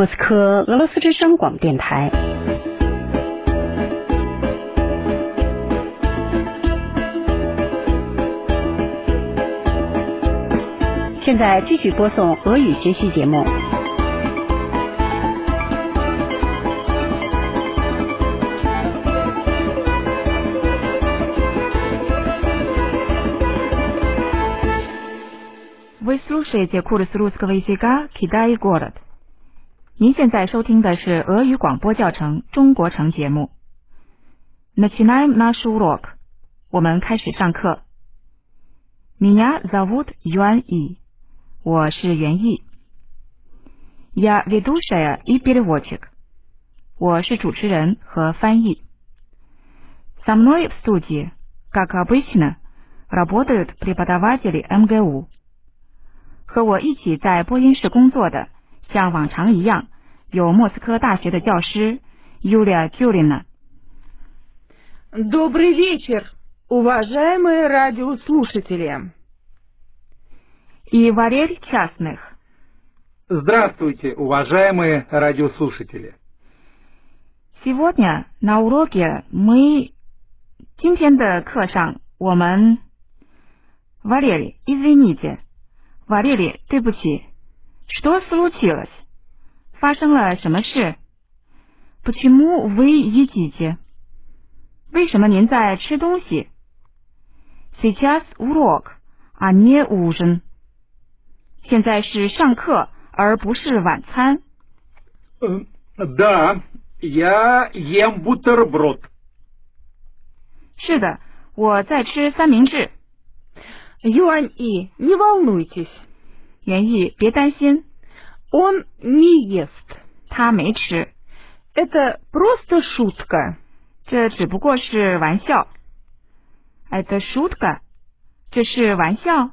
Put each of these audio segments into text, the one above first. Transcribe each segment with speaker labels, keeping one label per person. Speaker 1: 莫斯科，俄罗斯之声广播电台。现在继续播送俄语学习节目。
Speaker 2: Вы слушаете курс русского языка «Китай город». 您现在收听的是俄语广播教程《中国城》节目。Начинаем наш урок。我们开始上课。Меня зовут Юан И。我是袁毅。Я ведущая и переводчик。我是主持人和翻译。Со мной в студии, как обычно, работают преподаватели МГУ。和我一起在播音室工作的，像往常一样，有莫斯科大学的教师 Yulia Julina。
Speaker 3: Добрый вечер, уважаемые радиослушатели.
Speaker 2: И Валерий Частных.
Speaker 4: Здравствуйте, уважаемые радиослушатели.
Speaker 2: Сегодня на уроке мы... 今天的课上我们 Валерий, извините. Валерий, 对不起。Что случилось? 发生了什么事？Почему вы едите? 为什么您在吃东西？Сейчас урок, а не ужин. 现在是上课，而不是晚餐。
Speaker 4: Э, Да, я ем бутерброд.
Speaker 2: 是的，我在吃三明治。
Speaker 3: Юань И, не волнуйтесь,
Speaker 2: 袁毅，别担心，
Speaker 3: он не ест.
Speaker 2: 他没吃，
Speaker 3: Это просто шутка.
Speaker 2: 这只不过是玩笑。Это шутка，这是玩笑。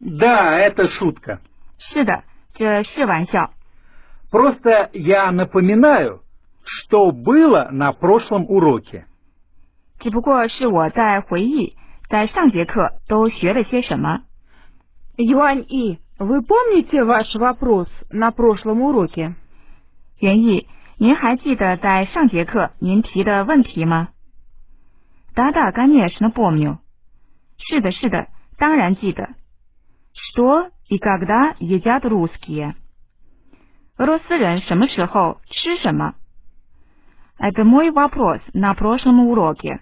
Speaker 4: Да, это шутка.
Speaker 2: 是的，这是玩笑。
Speaker 4: Просто я напоминаю, что было на прошлом уроке.
Speaker 2: 只不过是我在回忆，在上节课都学了些什么。
Speaker 3: Юань И, вы помните ваш вопрос на прошлом уроке?
Speaker 2: 袁毅，您还记得在上节课您提的问题吗？Да, да, конечно помню。是的，是的，当然记得。Что и когда едят русские？俄罗斯人什么时候吃什么？Это мой вопрос на прошлом уроке。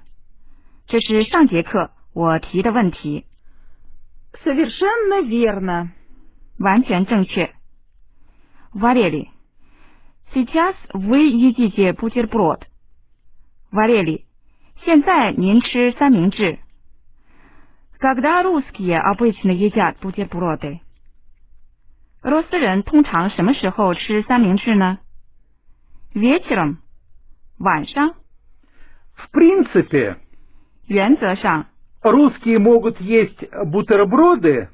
Speaker 2: 这是上节课我提的问题，
Speaker 3: Совершенно верно.
Speaker 2: 完全正确。Валерий, сейчас вы едите бутерброд. Валерий, 现在您吃三明治。Когда русские обычно едят бутерброды？俄罗斯人通常什么时候吃三明治呢？Вечером，晚上。
Speaker 4: В принципе,
Speaker 2: 原则上，
Speaker 4: русские могут есть бутерброды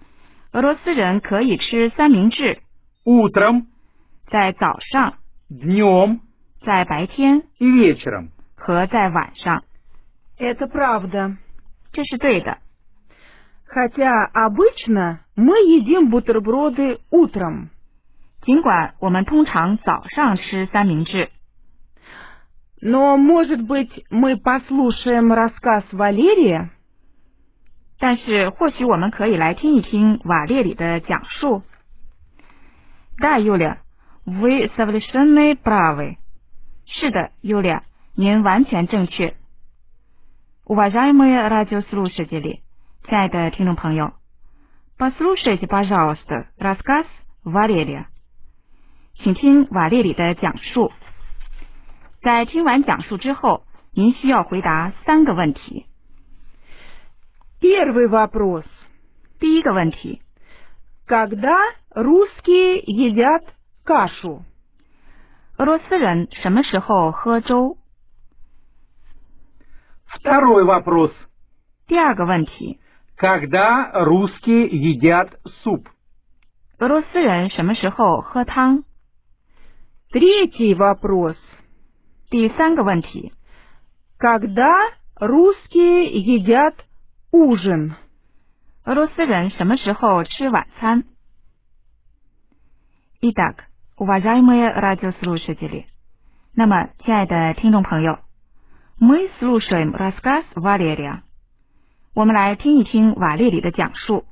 Speaker 2: 俄罗斯人可以吃三明治，
Speaker 4: утром,
Speaker 2: 在早上、
Speaker 4: днем
Speaker 2: 在白天
Speaker 4: и вечером.
Speaker 2: 和在晚上，
Speaker 3: Это правда.
Speaker 2: 这是对的。
Speaker 3: Хотя обычно мы едим бутерброды утром.
Speaker 2: 尽管我们通常早上吃三明治，
Speaker 3: Но, может быть, мы послушаем рассказ Валерия?
Speaker 2: 但是或许我们可以来听一听瓦列里的讲述。Да, Юля, вы совершенно правы。是的，Юля，您完全正确。Уважаемые радиослушатели，亲爱的听众朋友，послушайте, пожалуйста, рассказ Валерия。请听瓦列里的讲述。在听完讲述之后，您需要回答三个问题。
Speaker 3: Первый вопрос.
Speaker 2: 第一个问题，
Speaker 3: Когда русские едят кашу?
Speaker 2: 俄罗斯人什么时候喝粥？
Speaker 4: Второй вопрос.
Speaker 2: 第二个问题，
Speaker 4: Когда русские едят суп?
Speaker 2: 俄罗斯人什么时候喝汤？
Speaker 3: Третий вопрос.
Speaker 2: 第三个问题，
Speaker 3: Когда русские едят ужин?
Speaker 2: 俄罗斯人什么时候吃晚餐？Итак, Уважаемые радиослушатели,那么，亲爱的听众朋友，мы слушаем рассказ Валерия。我们来听一听瓦列里的讲述。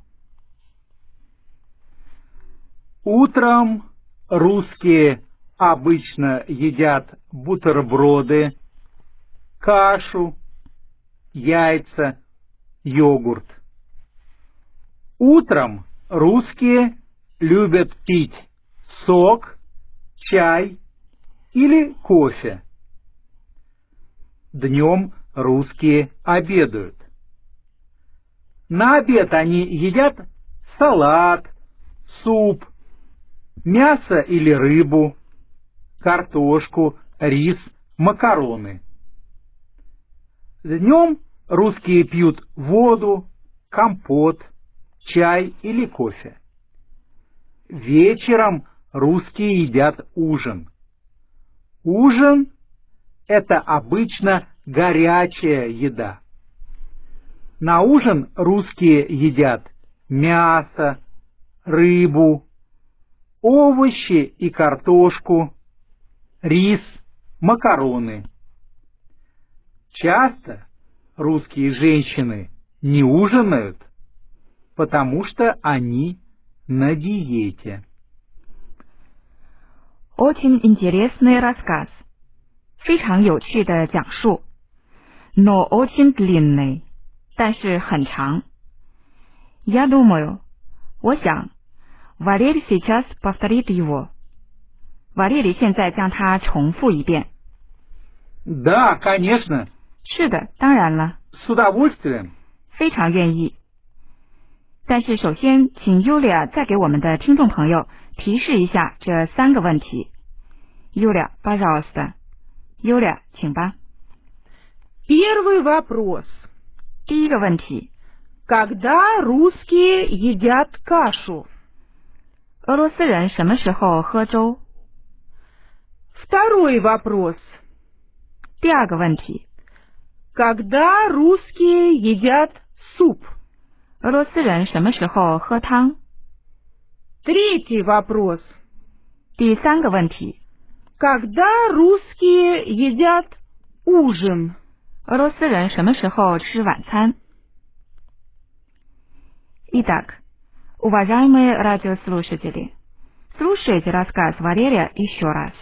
Speaker 4: Утром русские обычно едят бутерброды, кашу, яйца, йогурт. Утром русские любят пить сок, чай или кофе. Днем русские обедают. На обед они едят салат, суп, мясо или рыбу, картошку, рис, макароны. Днем русские пьют воду, компот, чай или кофе. Вечером русские едят ужин. Ужин – это обычно горячая еда. На ужин русские едят мясо, рыбу, овощи и картошку, рис, макароны. Часто русские женщины не ужинают, потому что они на диете.
Speaker 2: Очень интересный рассказ，非常有趣的讲述，но очень длинный，但是很长。Я думаю，我想，Валерий сейчас повторит его。瓦列里现在将它重复一遍。
Speaker 4: Да, конечно,
Speaker 2: 是的，当然了，
Speaker 4: с удовольствием.
Speaker 2: 非常愿意。但是首先，请 Yulia 再给我们的听众朋友提示一下这三个问题。Yulia, пожалуйста. Yulia，请吧。
Speaker 3: Первый вопрос.
Speaker 2: 第一个问题，
Speaker 3: Когда русские едят кашу?
Speaker 2: 俄罗斯人什么时候喝粥？
Speaker 3: Второй вопрос.
Speaker 2: 第二个问题，
Speaker 3: Когда русские едят суп?
Speaker 2: 俄罗斯人什么时候喝汤？
Speaker 3: Третий вопрос.
Speaker 2: 第三个问题，
Speaker 3: Когда русские едят ужин?
Speaker 2: 俄罗斯人什么时候吃晚餐？Итак, уважаемые радиослушатели, слушайте рассказ Валерия еще раз.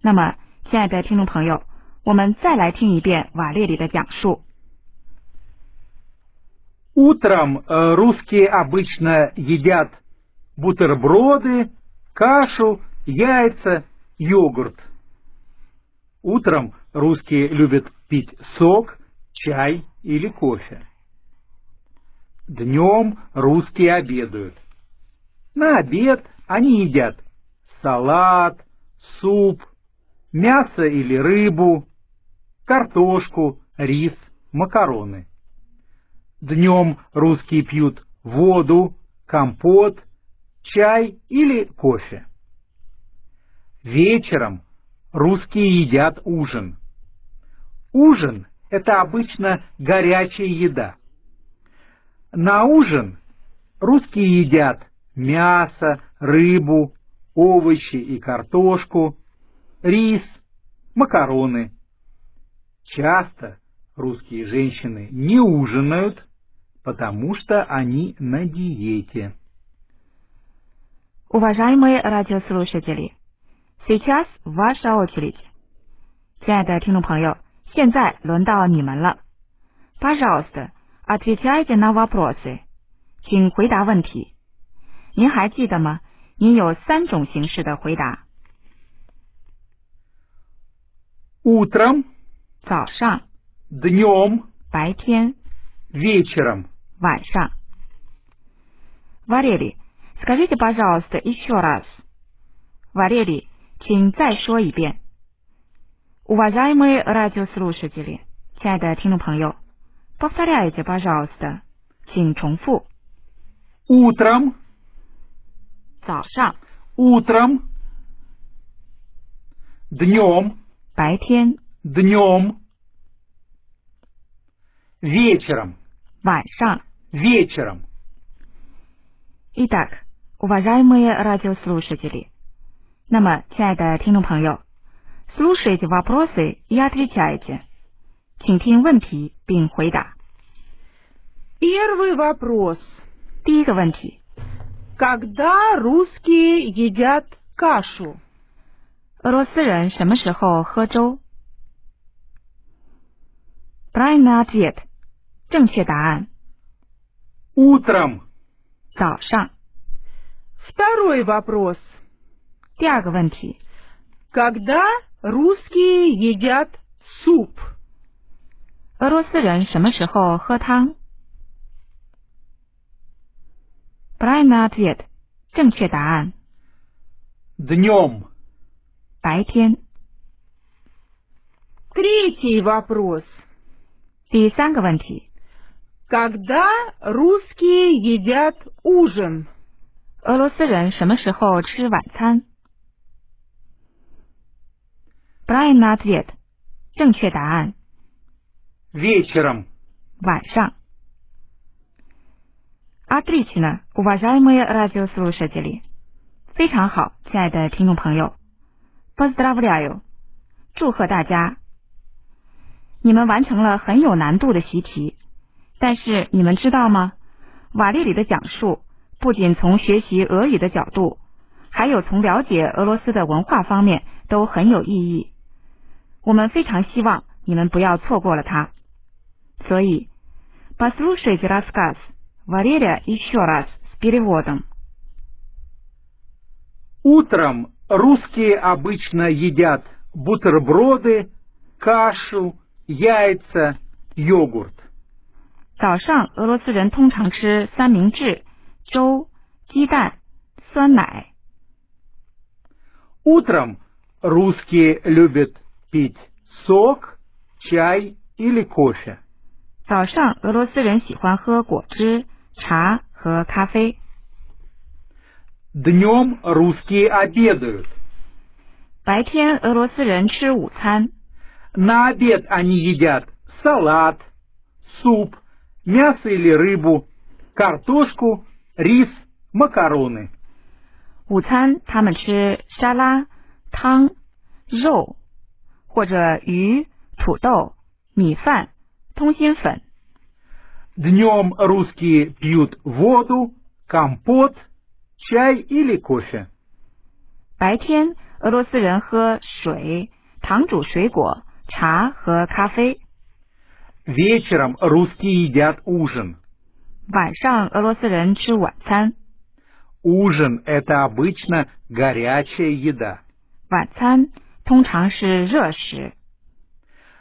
Speaker 2: 那么，亲爱的听众朋友，我们再来听一遍瓦列里的讲述。
Speaker 4: Утром э, русские обычно едят бутерброды, кашу, яйца, йогурт. Утром русские любят пить сок, чай или кофе. Днем русские обедают. На обед они едят салат, суп, мясо или рыбу, картошку, рис, макароны. Днем русские пьют воду, компот, чай или кофе. Вечером русские едят ужин. Ужин – это обычно горячая еда. На ужин русские едят мясо, рыбу, овощи и картошку, рис, макароны. Часто русские женщины не ужинают, потому что они на диете.
Speaker 2: Уважаемые радиослушатели, сейчас ваша очередь. 亲爱的听众朋友，现在轮到你们了。Пожалуйста, отвечайте на вопросы. 请回答问题。您还记得吗？您有三种形式的回答：
Speaker 4: Утром,
Speaker 2: 早上、
Speaker 4: днем,
Speaker 2: 白天、
Speaker 4: вечером.
Speaker 2: 晚上。Валерий, скажите, пожалуйста, еще раз. Валерий, 请再说一遍。Уважаемые радиослушатели，亲爱的听众朋友，повторяйте, пожалуйста，请重复。
Speaker 4: Утром,
Speaker 2: 早上、
Speaker 4: утром, днем,
Speaker 2: 白天、
Speaker 4: днем, вечером,
Speaker 2: 晚上。
Speaker 4: вечером.
Speaker 2: Итак, уважаемые радиослушатели, 那么，亲爱的听众朋友，слушайте вопросы и отвечайте，请听问题并回答。
Speaker 3: Первый вопрос.
Speaker 2: 第一个问题，
Speaker 3: Когда русские едят кашу?
Speaker 2: 俄罗斯人什么时候喝粥？Правильный ответ，正确答案，
Speaker 4: Утром.
Speaker 2: 早上。
Speaker 3: Второй вопрос.
Speaker 2: 第二个问题，
Speaker 3: Когда русские едят суп?
Speaker 2: 俄罗斯人什么时候喝汤？Правильный ответ，正确答案，
Speaker 4: Днем.
Speaker 2: 白天。
Speaker 3: Третий вопрос.
Speaker 2: 第三个问题，
Speaker 3: Когда русские едят ужин?
Speaker 2: 俄罗斯人什么时候吃晚餐？Правильный ответ，正确答案，
Speaker 4: Вечером.
Speaker 2: 晚上。Отлично, уважаемые радиослушатели，非常好，亲爱的听众朋友，поздравляю，祝贺大家！你们完成了很有难度的习题，但是你们知道吗？瓦列里的讲述不仅从学习俄语的角度，还有从了解俄罗斯的文化方面都很有意义。我们非常希望你们不要错过了它。所以，послушайте рассказ Валерия еще раз с переводом。
Speaker 4: Утром русские обычно едят бутерброды, кашу, яйца, йогурт.
Speaker 2: 早上，俄罗斯人通常吃三明治、粥、鸡蛋、酸奶。
Speaker 4: Утром русские любят пить сок, чай или кофе.
Speaker 2: 早上，俄罗斯人喜欢喝果汁、茶和咖啡。
Speaker 4: Днем русские обедают.
Speaker 2: 白天，俄罗斯人吃午餐。
Speaker 4: На обед они едят салат, суп, мясо или рыбу, картошку, рис, макароны.
Speaker 2: 午餐他们吃沙拉、汤、肉或者鱼、土豆、米饭、通心粉。
Speaker 4: Днем русские пьют воду, компот, чай или кофе.
Speaker 2: 白天，俄罗斯人喝水、糖煮水果、茶和咖啡；
Speaker 4: Вечером русские едят ужин.
Speaker 2: 晚上，俄罗斯人吃晚餐。
Speaker 4: Ужин – это обычно горячая еда.
Speaker 2: 晚餐通常是热食。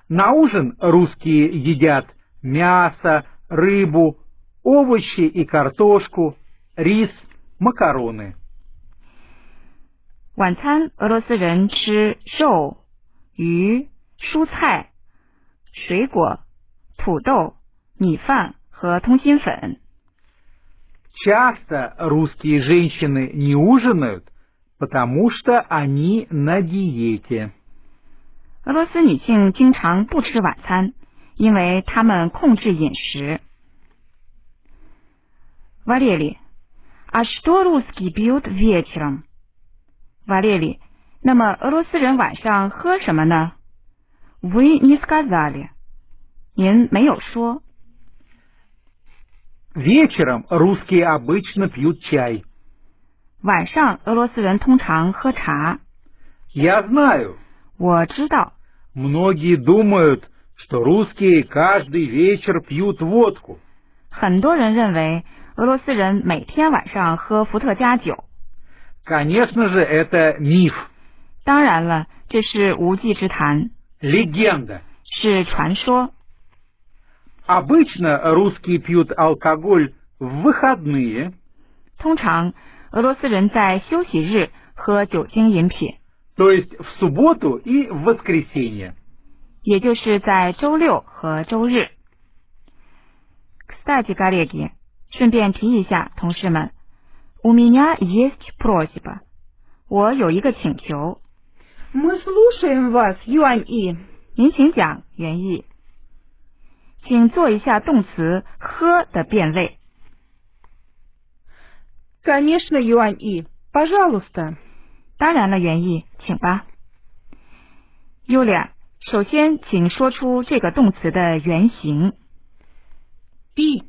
Speaker 4: На ужин русские едят мясо, рыбу, овощи и картошку, рис, макароны.
Speaker 2: 晚餐，俄罗斯人吃肉、鱼、蔬菜、水果、土豆、米饭和通心粉。
Speaker 4: Часто русские женщины не ужинают, потому что они на диете.
Speaker 2: 俄罗斯女性经常不吃晚餐，因为她们控制饮食。Валерий, а что русские пьют вечером? Валерий, 那么俄罗斯人晚上喝什么呢？Вы не сказали，您没有说。
Speaker 4: Вечером русские обычно пьют чай.
Speaker 2: 晚上俄罗斯人通常喝茶，
Speaker 4: Я знаю,
Speaker 2: 我知道。
Speaker 4: многие думают, что русские каждый вечер пьют водку.
Speaker 2: 很多人认为俄罗斯人每天晚上喝伏特加酒，
Speaker 4: Конечно же, это миф,
Speaker 2: 当然了，这是无稽之谈，
Speaker 4: легенда.
Speaker 2: 是传说。
Speaker 4: Обычно русские пьют алкоголь в выходные,
Speaker 2: 通常，俄罗斯人在休息日喝酒精饮品，
Speaker 4: то есть в субботу и в воскресенье.
Speaker 2: 也就是在周六和周日。Кстати, коллеги，顺便提一下，同事们，у меня есть просьба，我有一个请求，
Speaker 3: Мы слушаем вас, Юань И.
Speaker 2: 您请讲原意，请做一下动词“喝”的变位。
Speaker 3: Конечно, Юань И. Пожалуйста.
Speaker 2: 当然了，原意，请吧。Yulia，首先请说出这个动词的原型。
Speaker 3: Бить.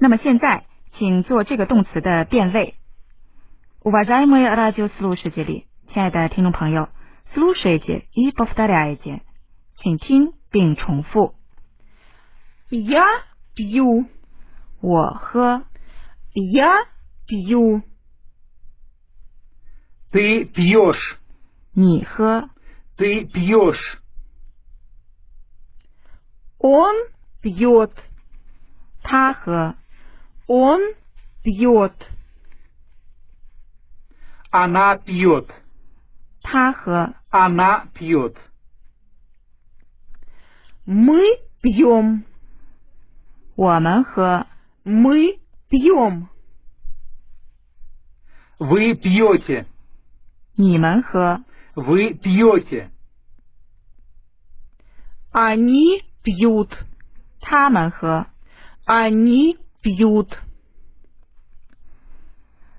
Speaker 2: На Уважаемые радиослушатели, 亲爱的听众朋友，слушайте и повторяйте，请听并重复。
Speaker 3: Я пью.
Speaker 2: 我喝，
Speaker 3: Я пью.
Speaker 4: Ты пьешь.
Speaker 2: 你喝，
Speaker 4: Ты пьешь.
Speaker 3: Он пьет.
Speaker 2: 他喝，
Speaker 3: Он пьет.
Speaker 4: Она пьет.
Speaker 2: 他喝，
Speaker 4: Она пьет.
Speaker 3: Мы пьем.
Speaker 2: 我们喝，
Speaker 3: Мы пьем.
Speaker 4: Вы пьете.
Speaker 2: 你们喝，
Speaker 4: Вы пьете.
Speaker 3: Они пьют.
Speaker 2: 他们喝。
Speaker 3: Они пьют.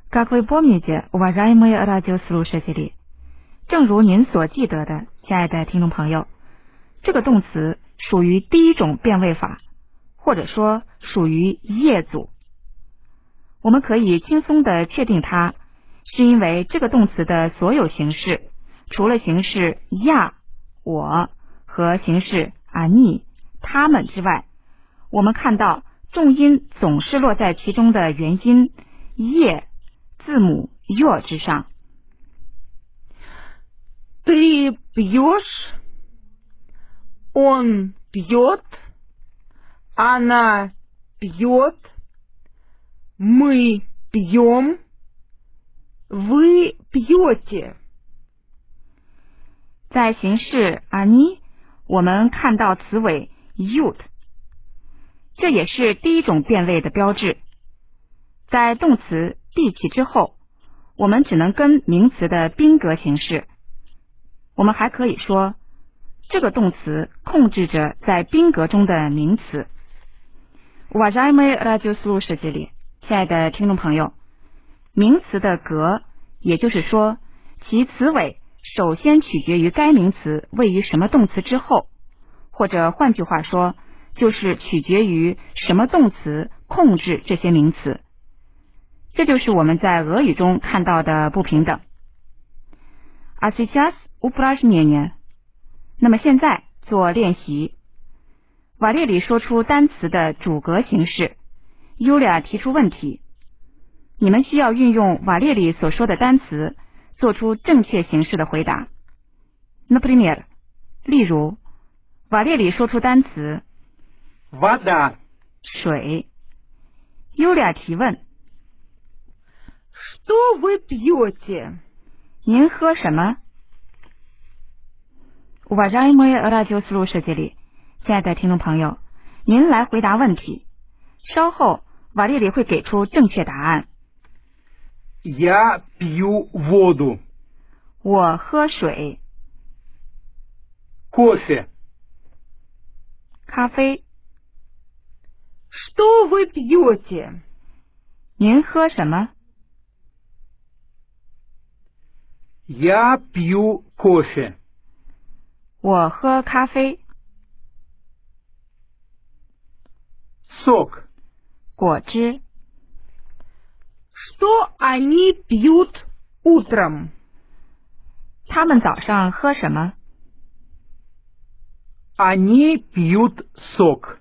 Speaker 2: Как вы помните, уважаемые радиослушатели，正如您所记得的，亲爱的听众朋友，这个动词属于第一种变位法，或者说属于业组。我们可以轻松的确定它，是因为这个动词的所有形式，除了形式呀“我”和形式啊“你”“他们”之外，我们看到重音总是落在其中的元音“叶”字母 “your” 之上。
Speaker 3: Ты пьешь. Он пьет. Она пьет. Мы пьем. Вы пьете.
Speaker 2: 在形式 ani，我们看到词尾 yut，这也是第一种变位的标志。在动词 d 起之后，我们只能跟名词的宾格形式。我们还可以说，这个动词控制着在宾格中的名词。Уважаемые радиослушатели，亲爱的听众朋友，名词的格，也就是说，其词尾首先取决于该名词位于什么动词之后，或者换句话说，就是取决于什么动词控制这些名词。这就是我们在俄语中看到的不平等。А сейчас упражнение。那么现在做练习。瓦列里说出单词的主格形式。Yulia 提出问题。你们需要运用瓦列里所说的单词，做出正确形式的回答。Например，例如，瓦列里说出单词
Speaker 4: Вода.
Speaker 2: 水。Yulia 提问：
Speaker 3: Что вы пьете?
Speaker 2: 您喝什么？Уважаемые радиослушатели，亲爱的听众朋友，您来回答问题。稍后瓦列里会给出正确答案。
Speaker 4: Я пью воду.
Speaker 2: 我喝水、
Speaker 4: Кофе.
Speaker 2: 咖啡。
Speaker 3: Что вы пьете?
Speaker 2: 您喝什么？
Speaker 4: Я пью кофе.
Speaker 2: 我喝咖啡、
Speaker 4: Сок.
Speaker 2: 果汁。
Speaker 3: Что они пьют утром?
Speaker 2: 他们早上喝什么？
Speaker 4: Они пьют сок.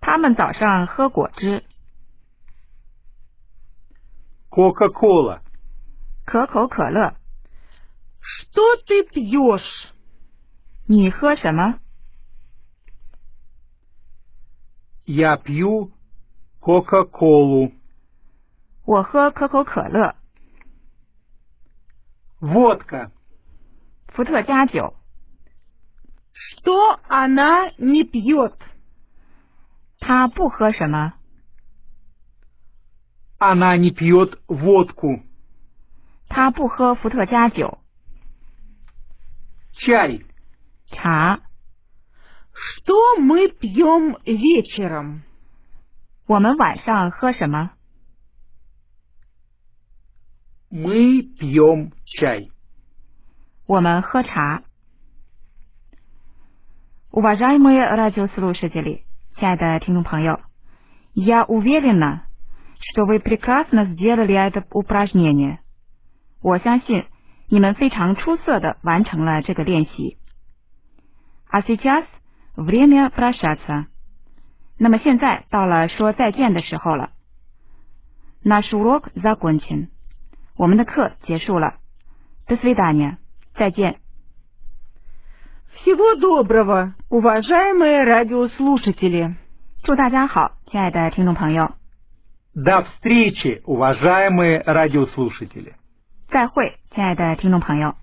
Speaker 2: 他们早上喝果汁，
Speaker 4: Кока-кола.
Speaker 2: 可口可乐。
Speaker 3: Что ты пьешь?
Speaker 2: 你喝什么？
Speaker 4: Я пью кока-колу.
Speaker 2: 我喝可口可乐、
Speaker 4: Водка.
Speaker 2: 伏特加酒。
Speaker 3: Что она не пьет?
Speaker 2: 他不喝什么？
Speaker 4: Она не пьет водку.
Speaker 2: 他不喝伏特加酒、
Speaker 4: Чай.
Speaker 2: 茶。
Speaker 3: Что мы пьем вечером?
Speaker 2: 我们晚上喝什么？
Speaker 4: Мы пьем чай.
Speaker 2: 我们喝茶。Уважаемые радиослушатели, 亲爱的听众朋友，я уверена, что вы прекрасно сделали это упражнение. 我相信你们非常出色的完成了这个练习。А сейчас время прощаться. 那么现在到了说再见的时候了。Наш урок закончен. 我们的课结束了。До свидания. 再见。
Speaker 3: Всего доброго, уважаемые радиослушатели.
Speaker 2: 祝大家好，亲爱的听众朋友，
Speaker 4: До встречи, уважаемые радиослушатели.
Speaker 2: 再会，亲爱的听众朋友。